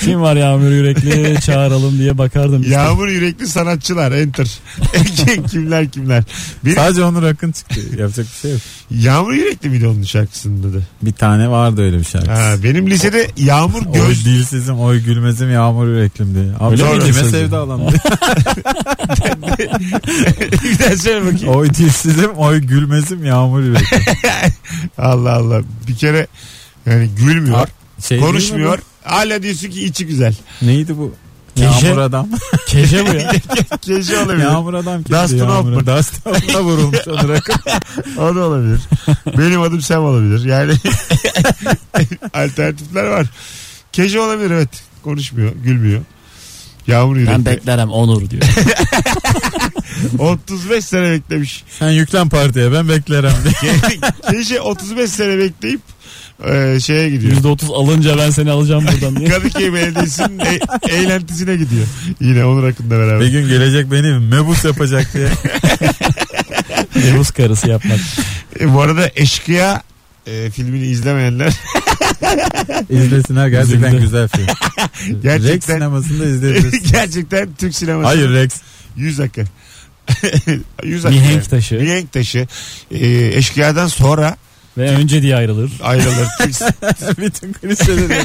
Speaker 3: Kim var yağmur yürekli çağıralım diye bakardım. işte.
Speaker 2: Yağmur yürekli sanatçılar enter. kimler kimler. Bir,
Speaker 4: Sadece Onur Akın çıktı. Yapacak bir şey yok.
Speaker 2: yağmur yürekli miydi onun şarkısının adı?
Speaker 4: Bir tane vardı öyle bir şarkısı.
Speaker 2: Ha, benim lisede Yağmur
Speaker 4: Oy
Speaker 2: Göz
Speaker 4: dilsizim, oy gülmezim, yağmur yüreklim diye. Abi
Speaker 3: Öyle
Speaker 4: Öyle
Speaker 3: miydi
Speaker 4: kime
Speaker 3: sözü?
Speaker 4: sevda alan diye.
Speaker 2: bir daha söyle bakayım.
Speaker 4: oy dilsizim, oy gülmezim, yağmur yüreklim.
Speaker 2: Allah Allah. Bir kere yani gülmüyor.
Speaker 4: Şey
Speaker 2: konuşmuyor.
Speaker 4: değil mi
Speaker 2: Hala diyorsun ki içi güzel.
Speaker 4: bu? Neydi bu?
Speaker 3: Keşe.
Speaker 4: Yağmur adam.
Speaker 3: Keşe bu ya.
Speaker 2: Keşke olabilir.
Speaker 4: yağmur adam kimdi?
Speaker 2: Dustin
Speaker 4: Yağmur-
Speaker 2: Hoffman.
Speaker 4: Dustin Hoffman'a vurulmuş Onur Akın.
Speaker 2: O da olabilir. Benim adım Sam olabilir. Yani alternatifler var. Keşke olabilir evet. Konuşmuyor, gülmüyor. Yağmur
Speaker 3: Ben
Speaker 2: yürekli.
Speaker 3: beklerim Onur diyor.
Speaker 2: 35 sene beklemiş.
Speaker 4: Sen yüklen partiye ben beklerim diye.
Speaker 2: Keşke 35 sene bekleyip e, şeye gidiyor.
Speaker 3: %30 alınca ben seni alacağım buradan diye.
Speaker 2: Kadıköy Belediyesi'nin e- eğlentisine gidiyor. Yine Onur Akın'la beraber.
Speaker 4: Bir gün gelecek beni mebus yapacak diye.
Speaker 3: Yavuz karısı yapmak.
Speaker 2: E, bu arada Eşkıya e, filmini izlemeyenler
Speaker 4: İzlesinler gerçekten
Speaker 3: Üzüldü.
Speaker 4: güzel film. Rex
Speaker 2: gerçekten
Speaker 4: sinemasında izleyebilirsin.
Speaker 2: gerçekten Türk sineması.
Speaker 4: Hayır Rex.
Speaker 2: 100 dakika. 100 dakika.
Speaker 3: Mihenk taşı
Speaker 2: Mihenk taşı. E, eşkıyadan sonra
Speaker 3: ve önce diye ayrılır.
Speaker 2: ayrılır. Türk,
Speaker 4: Bütün klişeleri.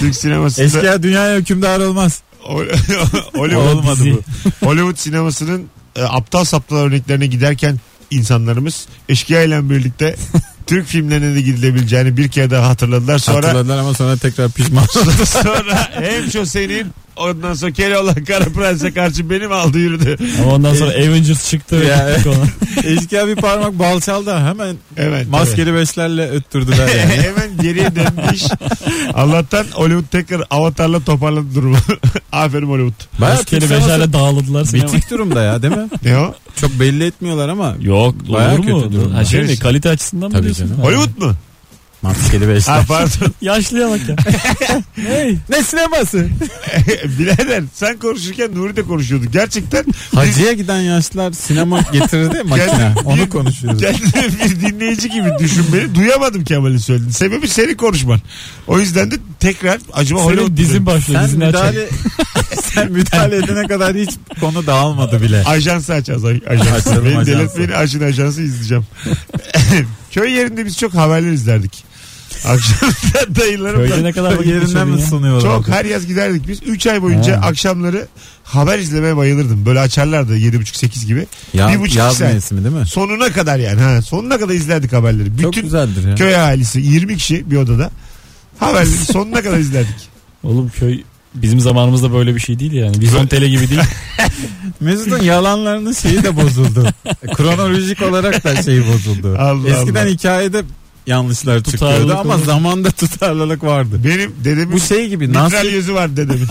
Speaker 2: Türk sinemasında
Speaker 4: Eşkıya dünyaya hükümdar olmaz.
Speaker 2: Hol- Hollywood,
Speaker 4: Olmadı
Speaker 3: Bizi.
Speaker 4: bu.
Speaker 2: Hollywood sinemasının e, aptal saptal örneklerine giderken insanlarımız eşkıya ile birlikte Türk filmlerine de gidilebileceğini bir kere daha hatırladılar. Sonra
Speaker 4: Hatırladılar ama sonra tekrar pişman.
Speaker 2: sonra hem şu senin ondan sonra Keloğlan Kara Prens'e karşı benim aldı yürüdü.
Speaker 3: Ama ondan sonra Avengers çıktı ve
Speaker 4: Ya,
Speaker 3: gittik ona.
Speaker 4: Eşkıya bir parmak bal çaldı hemen
Speaker 2: Evet.
Speaker 4: maskeli beşlerle öttürdüler
Speaker 2: evet.
Speaker 4: yani.
Speaker 2: Hemen geriye dönmüş. Allah'tan Hollywood tekrar avatarla toparladı durumu. Aferin Hollywood.
Speaker 4: Bayağı
Speaker 3: Maskeli
Speaker 4: Türk sineması
Speaker 3: beşerle dağıldılar sinema.
Speaker 4: Bitik durumda ya değil mi?
Speaker 2: Ne o?
Speaker 4: Çok belli etmiyorlar ama
Speaker 3: Yok
Speaker 4: Bayağı
Speaker 3: olur
Speaker 4: kötü durum.
Speaker 3: mu? Ha, şey mi,
Speaker 2: Gerisi.
Speaker 3: kalite açısından mı
Speaker 4: Tabii
Speaker 3: diyorsun?
Speaker 4: canım.
Speaker 3: Ha.
Speaker 2: Hollywood mu?
Speaker 4: maskeli beşler.
Speaker 2: Ha pardon.
Speaker 3: Yaşlıya bak ya. hey.
Speaker 4: ne sineması?
Speaker 2: Birader sen konuşurken Nuri de konuşuyordu. Gerçekten
Speaker 4: Hacıya giden yaşlılar sinema getirirdi ya makine.
Speaker 2: Gel-
Speaker 4: Onu konuşuyoruz.
Speaker 2: kendimi bir dinleyici gibi düşün beni. Duyamadım Kemal'in söylediğini. Sebebi senin konuşman. O yüzden de tekrar acaba
Speaker 3: Senin
Speaker 2: Hollywood
Speaker 3: dizin
Speaker 2: dizim
Speaker 3: başlıyor.
Speaker 4: Sen
Speaker 3: Dizini açar.
Speaker 4: müdahale, sen müdahale edene kadar hiç konu dağılmadı bile.
Speaker 2: Ajansı açacağız. aj- Ajansı.
Speaker 4: Açalım
Speaker 2: beni
Speaker 4: ajansı.
Speaker 2: delirtmeni açın ajansı izleyeceğim. Köy yerinde biz çok haberler izlerdik. Akşamlar
Speaker 3: Köyde
Speaker 2: dayılarımla.
Speaker 3: ne kadar vakit
Speaker 4: Yerinden mi
Speaker 3: geçirdin ya?
Speaker 4: sunuyorlar?
Speaker 2: Çok her yaz giderdik biz. 3 ay boyunca
Speaker 3: Ha.
Speaker 2: akşamları haber izlemeye bayılırdım. Böyle açarlardı 7.30-8 gibi.
Speaker 4: Ya,
Speaker 2: bir buçuk
Speaker 4: yaz
Speaker 2: saat.
Speaker 4: mevsimi değil mi?
Speaker 2: Sonuna kadar yani. Ha, sonuna kadar izlerdik haberleri.
Speaker 4: Çok
Speaker 2: Bütün
Speaker 4: güzeldir ya.
Speaker 2: köy ailesi 20 kişi bir odada. Haberleri sonuna kadar izlerdik.
Speaker 3: Oğlum köy bizim zamanımızda böyle bir şey değil yani. Vizyon tele gibi değil.
Speaker 4: Mesut'un yalanlarının şeyi de bozuldu. E, Kronolojik olarak da şeyi bozuldu.
Speaker 2: Allah
Speaker 4: Eskiden
Speaker 2: Allah.
Speaker 4: hikayede yanlışlar
Speaker 3: Tutarlılık
Speaker 4: çıkıyordu ama
Speaker 3: olur.
Speaker 4: zamanda tutarlılık vardı.
Speaker 2: Benim dedemin
Speaker 4: Bu şey gibi
Speaker 2: mitral
Speaker 4: Nasret,
Speaker 2: yüzü var dedemin.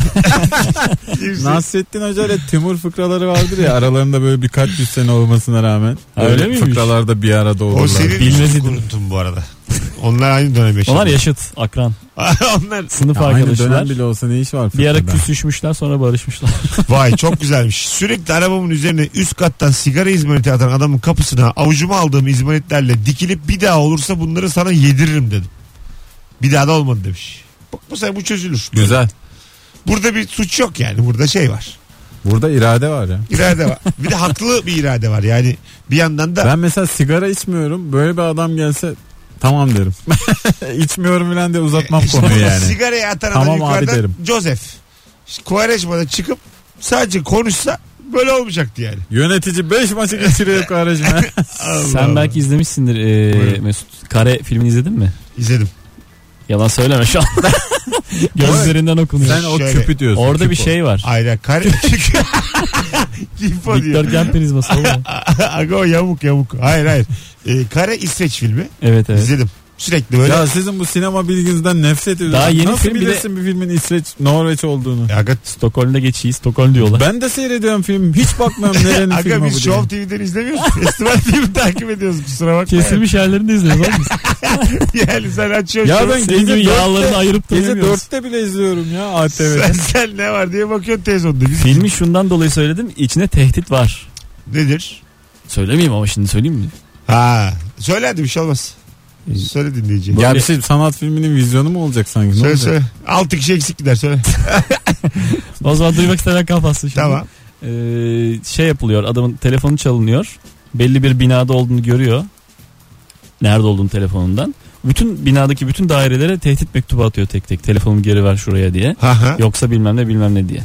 Speaker 2: Kimse-
Speaker 4: Nasrettin Hoca ile Timur fıkraları vardır ya aralarında böyle birkaç yüz sene olmasına rağmen.
Speaker 3: Ha, öyle
Speaker 4: Öyle
Speaker 3: miymiş?
Speaker 4: fıkralarda bir arada olurlar.
Speaker 2: o senin
Speaker 3: Bilmezdim.
Speaker 2: kuruntun bu arada. Onlar aynı dönem yaşadı.
Speaker 3: Onlar yaşıt, akran,
Speaker 2: Onlar
Speaker 3: sınıf
Speaker 4: Ya aynı
Speaker 3: arkadaşlar.
Speaker 4: dönem bile olsa ne iş var
Speaker 3: Bir ara
Speaker 4: fıkrada?
Speaker 3: küsüşmüşler sonra barışmışlar.
Speaker 2: vay çok güzelmiş. Sürekli arabamın üzerine üst kattan sigara izmariti atan adamın kapısına avucuma aldığım izmaritlerle dikilip bir daha olursa bunları sana yediririm dedim. Bir daha da olmadı demiş. Bak bu sefer bu çözülür.
Speaker 4: Güzel.
Speaker 2: Burada bir suç yok yani. Burada şey var.
Speaker 4: Burada irade var ya.
Speaker 2: İrade var. Bir de haklı bir irade var. Yani bir yandan da
Speaker 4: Ben mesela sigara içmiyorum. Böyle bir adam gelse tamam derim. İçmiyorum falan diye uzatmam
Speaker 2: İşte
Speaker 4: konuyu
Speaker 2: o
Speaker 4: yani.
Speaker 2: Sigarayı atan
Speaker 4: Tamam
Speaker 2: adam
Speaker 4: abi
Speaker 2: yukarıdan
Speaker 4: derim.
Speaker 2: Joseph. İşte Quaresma'da çıkıp sadece konuşsa böyle olmayacaktı yani.
Speaker 4: Yönetici 5 maçı geçiriyor Quaresma.
Speaker 3: Sen belki izlemişsindir ee,
Speaker 2: Buyurun.
Speaker 3: Mesut. Kare filmini izledin mi?
Speaker 2: İzledim.
Speaker 3: Yalan söyleme şu anda. Gözlerinden okunuyor.
Speaker 4: Sen o
Speaker 2: Şöyle.
Speaker 4: küpü diyorsun.
Speaker 3: Orada
Speaker 4: küp
Speaker 3: bir
Speaker 4: o.
Speaker 3: şey var.
Speaker 2: Aynen kare. Çünkü Kimpo diyor.
Speaker 3: Dikdörtgen prizması oğlum.
Speaker 2: Aga o yamuk yamuk. Hayır hayır. Ee, kare İsveç filmi.
Speaker 3: Evet evet.
Speaker 2: İzledim. Sürekli böyle.
Speaker 4: Ya sizin bu sinema bilginizden nefret ediyorum.
Speaker 3: Daha yeni
Speaker 4: Nasıl
Speaker 3: film bir de-
Speaker 4: bilirsin bir filmin İsveç, Norveç olduğunu?
Speaker 2: Aga,
Speaker 3: Stockholm'da geçiyi Stockholm diyorlar.
Speaker 4: Ben de seyrediyorum film. Hiç bakmam nerenin
Speaker 2: aga
Speaker 4: filmi bu
Speaker 2: biz
Speaker 4: diye.
Speaker 2: Show TV'den izlemiyoruz. Festival TV'yi takip ediyoruz kusura bakma.
Speaker 3: Kesilmiş yerlerini de izliyoruz oğlum.
Speaker 2: Yani sen açıyorsun.
Speaker 4: Ya ben
Speaker 3: Senin
Speaker 4: gece
Speaker 3: gibi yağlarını
Speaker 4: dörtte,
Speaker 3: ayırıp
Speaker 4: gece
Speaker 3: duramıyoruz.
Speaker 4: dörtte bile izliyorum ya ATV'de.
Speaker 2: sen, sen ne var diye bakıyorsun tez onda. Biz-
Speaker 3: Filmi şundan dolayı söyledim. içine tehdit var.
Speaker 2: Nedir?
Speaker 3: Söylemeyeyim ama şimdi söyleyeyim mi?
Speaker 2: Ha. Söylerdi bir şey olmaz. Söyle dinleyiciye.
Speaker 4: Ya bir şey sanat filminin vizyonu mu olacak sanki? Ne
Speaker 2: Söyle
Speaker 4: olacak?
Speaker 2: söyle. Altı kişi eksik gider söyle.
Speaker 3: O zaman duymak isteyen kapatsın şimdi.
Speaker 2: tamam.
Speaker 3: Ee, şey yapılıyor. Adamın telefonu çalınıyor. Belli bir binada olduğunu görüyor. Nerede olduğunu telefonundan. Bütün binadaki bütün dairelere tehdit mektubu atıyor tek tek. Telefonumu geri ver şuraya diye.
Speaker 2: Ha ha.
Speaker 3: Yoksa bilmem ne bilmem ne diye.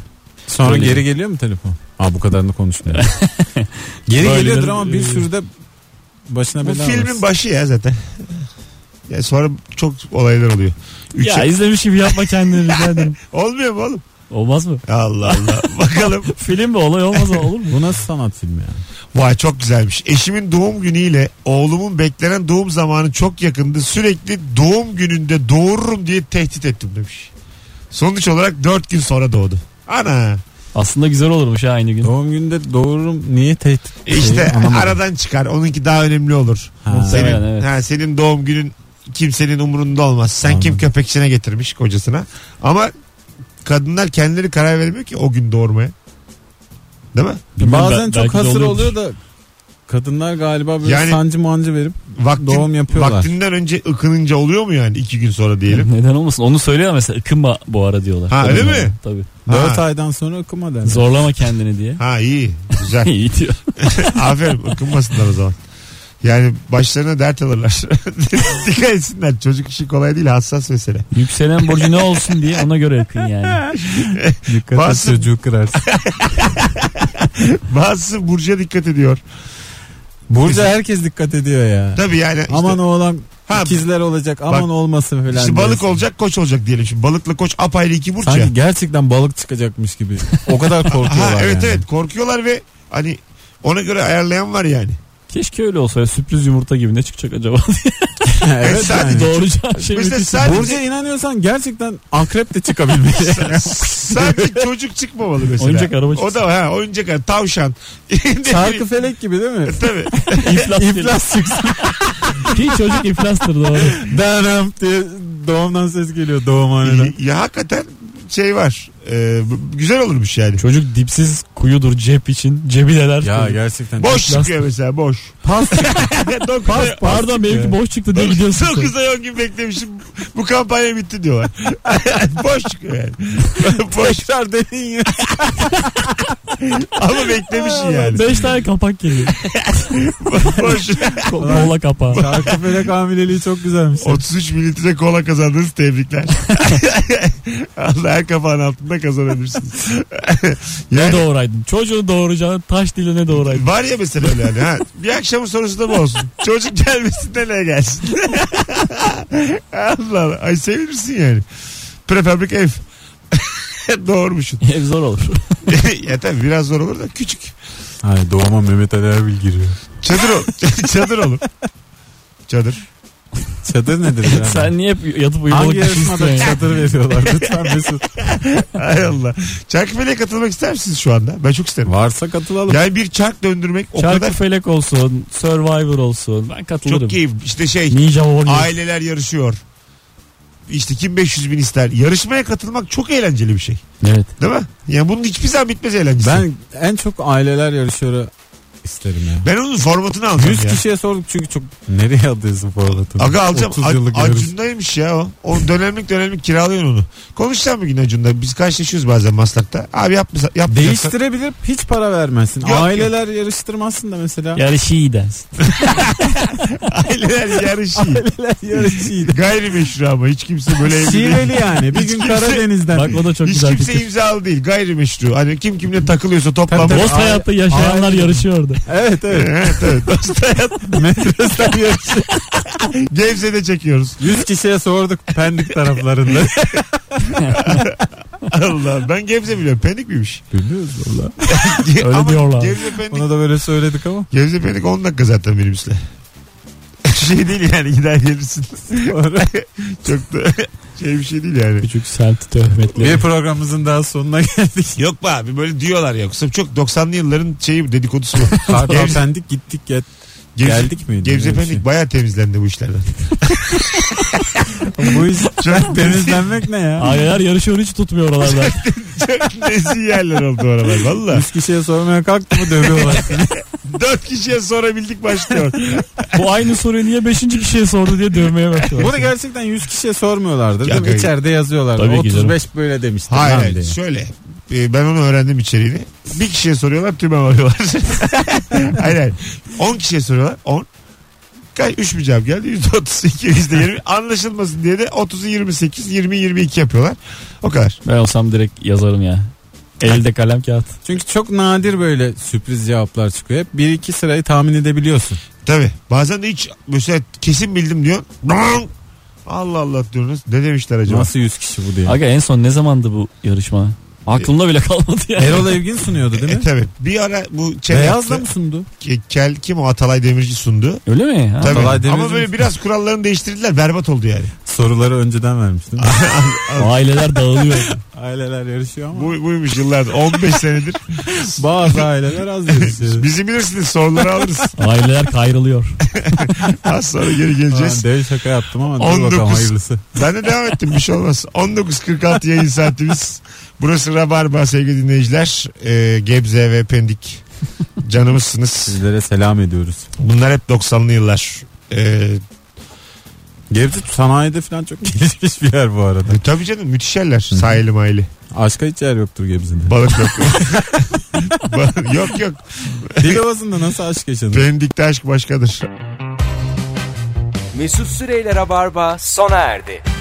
Speaker 4: Sonra
Speaker 3: Öyle.
Speaker 4: geri geliyor mu telefon? Aa bu kadarını konuşmuyor. geri
Speaker 3: Böyle
Speaker 4: geliyordur
Speaker 3: bir-
Speaker 4: ama bir sürü de başına
Speaker 2: Bu
Speaker 4: bela
Speaker 2: filmin
Speaker 4: alırsın.
Speaker 2: başı ya zaten. Ya sonra çok olaylar oluyor. Üçe...
Speaker 3: Ya izlemiş gibi yapma kendini rica ederim.
Speaker 2: Olmuyor mu oğlum?
Speaker 3: Olmaz mı?
Speaker 2: Allah Allah. Bakalım.
Speaker 3: Film mi olay olmaz olur mu?
Speaker 4: Bu nasıl sanat filmi ya?
Speaker 2: Vay çok güzelmiş. Eşimin doğum günüyle oğlumun beklenen doğum zamanı çok yakındı. Sürekli doğum gününde doğururum diye tehdit ettim demiş. Sonuç olarak dört gün sonra doğdu. Ana.
Speaker 3: Aslında güzel olurmuş ha aynı gün.
Speaker 4: Doğum günde doğururum niye tehdit?
Speaker 2: E İşte
Speaker 4: Şeyi anlamadım.
Speaker 2: aradan çıkar. Onunki daha önemli olur.
Speaker 4: Ha.
Speaker 2: Senin,
Speaker 3: Muhtemelen, evet.
Speaker 2: ha, senin doğum günün kimsenin umurunda olmaz. Sen kim
Speaker 4: Anladım.
Speaker 2: köpekçine getirmiş kocasına. Ama kadınlar kendileri karar vermiyor ki o gün doğurmaya. Değil mi?
Speaker 3: Bilmem
Speaker 4: Bazen
Speaker 3: ben-
Speaker 4: çok
Speaker 3: belki de
Speaker 4: hasır
Speaker 3: oluyordur.
Speaker 4: oluyor da kadınlar galiba böyle
Speaker 2: Yani-
Speaker 4: sancı mancı verip
Speaker 2: Vaktin,
Speaker 4: Doğum yapıyorlar.
Speaker 2: Vaktinden önce ıkınınca oluyor mu yani iki gün sonra diyelim?
Speaker 3: Neden olmasın? Onu söylüyor mesela ıkınma bu ara diyorlar.
Speaker 2: Ha, öyle mi?
Speaker 3: Tabii.
Speaker 2: Ha.
Speaker 4: 4 aydan sonra okuma derler.
Speaker 3: Zorlama kendini diye.
Speaker 2: Ha iyi güzel.
Speaker 3: İyi diyor.
Speaker 2: Aferin ıkınmasınlar o zaman. Yani başlarına dert alırlar. Dikkat etsinler çocuk işi kolay değil hassas mesele.
Speaker 3: Yükselen burcu ne olsun diye ona göre ıkın yani.
Speaker 4: Dikkat et
Speaker 2: Bazı-
Speaker 4: çocuğu kırarsın.
Speaker 2: Bazısı Burcu'ya dikkat ediyor.
Speaker 4: Burcu herkes dikkat ediyor ya.
Speaker 2: Tabii yani işte,
Speaker 4: Aman oğlan
Speaker 2: Ha,
Speaker 4: ikizler olacak aman
Speaker 2: bak,
Speaker 4: olmasın falan.
Speaker 2: işte balık
Speaker 4: diyorsun.
Speaker 2: olacak koç olacak diyelim. Şimdi balıkla koç apayrı iki burç ya.
Speaker 4: Sanki gerçekten balık çıkacakmış gibi. O kadar korkuyorlar
Speaker 2: Ha, evet
Speaker 4: yani.
Speaker 2: evet korkuyorlar ve hani ona göre ayarlayan var yani.
Speaker 3: Keşke öyle olsa. ya, Sürpriz yumurta gibi ne çıkacak acaba?
Speaker 4: evet
Speaker 2: Sadece-
Speaker 4: yani.
Speaker 3: Doğuracağı şey
Speaker 2: Mesela
Speaker 3: müthiş.
Speaker 2: sadece,
Speaker 4: Burcu'ya inanıyorsan gerçekten akrep de çıkabilmeli.
Speaker 2: sadece çocuk çıkmamalı mesela.
Speaker 3: Oyuncak araba
Speaker 2: O da ha oyuncak araba tavşan.
Speaker 4: Çarkı felek gibi değil mi?
Speaker 2: Tabii.
Speaker 3: İflas.
Speaker 4: İflas çıksın.
Speaker 3: Ki çocuk iflastır doğru.
Speaker 4: Danam diye doğumdan ses geliyor doğumhaneden.
Speaker 2: ya hakikaten şey var. Ee, bu- güzel olurmuş yani.
Speaker 3: Çocuk dipsiz kuyudur cep için. Cebi neler.
Speaker 4: Ya
Speaker 3: koyuyor.
Speaker 4: gerçekten.
Speaker 2: Boş
Speaker 3: Lastik.
Speaker 2: çıkıyor mesela boş.
Speaker 4: Pas
Speaker 2: Dokuz ay-
Speaker 3: Pardon benimki
Speaker 4: Ya.
Speaker 3: boş çıktı diye gidiyorsun. sonra.
Speaker 2: dokuz ay on gün beklemişim. Bu kampanya bitti diyorlar. boş çıkıyor yani. boş
Speaker 4: tekrar deneyin ya.
Speaker 2: ama beklemişsin yani.
Speaker 3: Beş tane kapak geliyor.
Speaker 2: boş.
Speaker 3: Kola kapağı.
Speaker 4: Çarkı felek hamileliği çok güzelmiş.
Speaker 2: 33 mililitre kola kazandınız tebrikler. Allah her kafanın altında kazanabilirsiniz.
Speaker 3: Ne
Speaker 2: yani,
Speaker 3: doğuraydın? Çocuğu doğuracağını taş diline doğuraydın.
Speaker 2: var ya mesela öyle yani. Ha, bir akşamın sorusu da bu olsun. Çocuk gelmesin de ne gelsin. Allah Allah. Ay sevinirsin yani. Prefabrik ev. Doğurmuşsun.
Speaker 3: Ev zor olur.
Speaker 2: ya tabii biraz zor olur da küçük.
Speaker 4: Hayır doğuma Mehmet Ali Erbil giriyor.
Speaker 2: Çadır ol. çadır olur. Çadır.
Speaker 4: Çadır nedir ya?
Speaker 3: Sen niye hep yatıp uyumalık
Speaker 4: Hangi
Speaker 3: bir şey istiyorsun
Speaker 4: yarışmada
Speaker 3: ya?
Speaker 4: çadır veriyorlar lütfen Mesut.
Speaker 2: Ay Allah. Çarkıfele'ye katılmak ister misiniz şu anda? Ben çok isterim.
Speaker 4: Varsa katılalım.
Speaker 2: Yani bir çark döndürmek o
Speaker 3: Çarkı
Speaker 2: kadar
Speaker 3: felek olsun, Survivor olsun. Ben katılırım.
Speaker 2: çok keyif. İşte şey
Speaker 3: Ninja Warrior.
Speaker 2: aileler yarışıyor. İşte kim 500 bin ister. Yarışmaya katılmak çok eğlenceli bir şey.
Speaker 3: Evet.
Speaker 2: Değil mi? Yani bunun hiçbir zaman bitmez eğlencesi.
Speaker 4: Ben en çok aileler yarışıyor isterim ya.
Speaker 2: Ben onun formatını alacağım
Speaker 4: 100
Speaker 2: ya.
Speaker 4: kişiye sorduk çünkü çok nereye alıyorsun formatını?
Speaker 2: Aga alacağım.
Speaker 4: 30
Speaker 2: Ac-
Speaker 4: yıllık yarısı.
Speaker 2: Acun'daymış ya o. O dönemlik dönemlik kiralıyorsun onu. Konuşacağım bir gün Acun'da. Biz karşılaşıyoruz bazen Maslak'ta. Abi yapma, yapma.
Speaker 4: Değiştirebilir hiç para vermezsin.
Speaker 2: Yok,
Speaker 4: Aileler yarıştırmazsın da mesela.
Speaker 3: Yarışıyı dersin.
Speaker 2: Aileler yarışı.
Speaker 4: Yarışıydı.
Speaker 2: Gayrimeşru ama hiç kimse böyle evli değil.
Speaker 4: Şiveli yani. Bir
Speaker 2: Hiç
Speaker 4: gün
Speaker 2: kimse-
Speaker 4: Karadeniz'den.
Speaker 3: Bak o da çok
Speaker 2: Hiç
Speaker 3: güzel
Speaker 2: kimse
Speaker 3: fikir.
Speaker 2: imzalı değil. Gayrimeşru. Hani kim kimle takılıyorsa
Speaker 4: Tabii,
Speaker 2: toplam.
Speaker 4: tabii.
Speaker 3: Dost
Speaker 4: Aile-
Speaker 3: hayatta yaşayanlar
Speaker 4: aile-
Speaker 3: yarışıyordu.
Speaker 4: Evet evet.
Speaker 2: Evet, evet. Dost hayat.
Speaker 4: Metresler yarışı.
Speaker 2: Gevze'de çekiyoruz.
Speaker 4: 100 kişiye sorduk Pendik taraflarında.
Speaker 2: Allah ben Gebze biliyorum. Pendik miymiş?
Speaker 4: Biliyoruz valla.
Speaker 2: Ge-
Speaker 3: Öyle
Speaker 2: ama
Speaker 3: diyorlar.
Speaker 2: Gebze Pendik.
Speaker 4: Ona da böyle söyledik ama.
Speaker 2: Gebze Pendik 10 dakika zaten minibüsle. şey değil yani gider gelirsin. Çok da şey bir şey değil yani.
Speaker 3: Küçük sert töhmetleri.
Speaker 4: Bir programımızın daha sonuna geldik.
Speaker 2: Yok be abi böyle diyorlar ya. Kısa çok 90'lı yılların şeyi dedikodusu bu.
Speaker 4: Pardon
Speaker 2: Gevze-
Speaker 4: Pendik gittik ya.
Speaker 2: Gebze-
Speaker 4: Geldik mi?
Speaker 2: Gebze
Speaker 4: Öyle bir
Speaker 2: Pendik bayağı temizlendi bu işlerden.
Speaker 4: şey. Bu iş
Speaker 2: Çok
Speaker 4: temizlenmek ne ya?
Speaker 3: Aileler yarışıyor hiç tutmuyor oralarda.
Speaker 2: Çok nezih yerler oldu oralar valla.
Speaker 4: 100 kişiye sormaya kalktı mı dövüyorlar.
Speaker 2: Dört kişiye sorabildik başlıyor.
Speaker 3: Bu aynı soruyu niye 5. kişiye sordu diye dövmeye başladı.
Speaker 4: Bunu gerçekten 100 kişiye sormuyorlardır değil mi?
Speaker 2: Kanka-
Speaker 4: İçeride yazıyorlardı.
Speaker 3: Tabii ki
Speaker 4: 35 böyle demiştim.
Speaker 2: Hayır
Speaker 4: lan
Speaker 2: hayır
Speaker 4: diye.
Speaker 2: şöyle. e, Ben onu öğrendim içeriğini. Bir kişiye soruyorlar tüme varıyorlar. hayır hayır. 10 kişiye soruyorlar. 10. Kaç 3 mü cevap geldi? %32, %20. Anlaşılmasın diye de 30'u 28, 20 22 yapıyorlar. O kadar.
Speaker 3: Ben olsam direkt yazarım ya. Elde kalem kağıt.
Speaker 4: Çünkü çok nadir böyle sürpriz cevaplar çıkıyor. Hep bir iki sırayı tahmin edebiliyorsun.
Speaker 2: Tabii. Bazen de hiç mesela kesin bildim diyor. Bang! Allah Allah diyorsunuz. Ne demişler acaba?
Speaker 4: Nasıl 100 kişi bu diye.
Speaker 3: Aga en son ne zamandı bu yarışma? Aklımda bile kalmadı ya.
Speaker 4: Erol Evgin sunuyordu değil
Speaker 2: E
Speaker 4: mi?
Speaker 2: tabii. Bir ara bu çene
Speaker 4: Beyaz da
Speaker 2: yaptı.
Speaker 4: mı sundu?
Speaker 2: Ke- Kel kim o Atalay Demirci sundu.
Speaker 3: Öyle mi? Ha.
Speaker 2: Tabii.
Speaker 4: Atalay Demirci
Speaker 2: Ama böyle
Speaker 4: mi?
Speaker 2: biraz kurallarını değiştirdiler. Berbat oldu yani.
Speaker 4: Soruları önceden vermiş değil mi?
Speaker 3: Aileler dağılıyor.
Speaker 4: aileler yarışıyor ama.
Speaker 2: Bu, buymuş yıllardır. 15 senedir.
Speaker 4: Bazı aileler az yarışıyor.
Speaker 2: Bizi bilirsiniz soruları alırız.
Speaker 3: Aileler kayrılıyor.
Speaker 2: Az sonra geri
Speaker 4: Aa,
Speaker 2: geleceğiz.
Speaker 4: Dev şaka yaptım ama dur
Speaker 2: 19.
Speaker 4: bakalım hayırlısı.
Speaker 2: Ben de devam ettim bir şey olmaz. 19.46 yayın saatimiz. Burası Rabarba sevgili dinleyiciler. Ee, Gebze ve Pendik. Canımızsınız.
Speaker 4: Sizlere selam ediyoruz.
Speaker 2: Bunlar hep 90'lı yıllar. Ee,
Speaker 4: Gebze sanayide falan çok gelişmiş bir yer bu arada.
Speaker 2: e, tabii canım müthiş yerler. Sahili mahili.
Speaker 4: Aşka hiç yer yoktur Gebze'de.
Speaker 2: Balık yok. Balık- yok yok.
Speaker 4: Dilovası'nda nasıl aşk yaşanır?
Speaker 2: Pendik'te aşk başkadır.
Speaker 1: Mesut Süreyler'e barba sona erdi.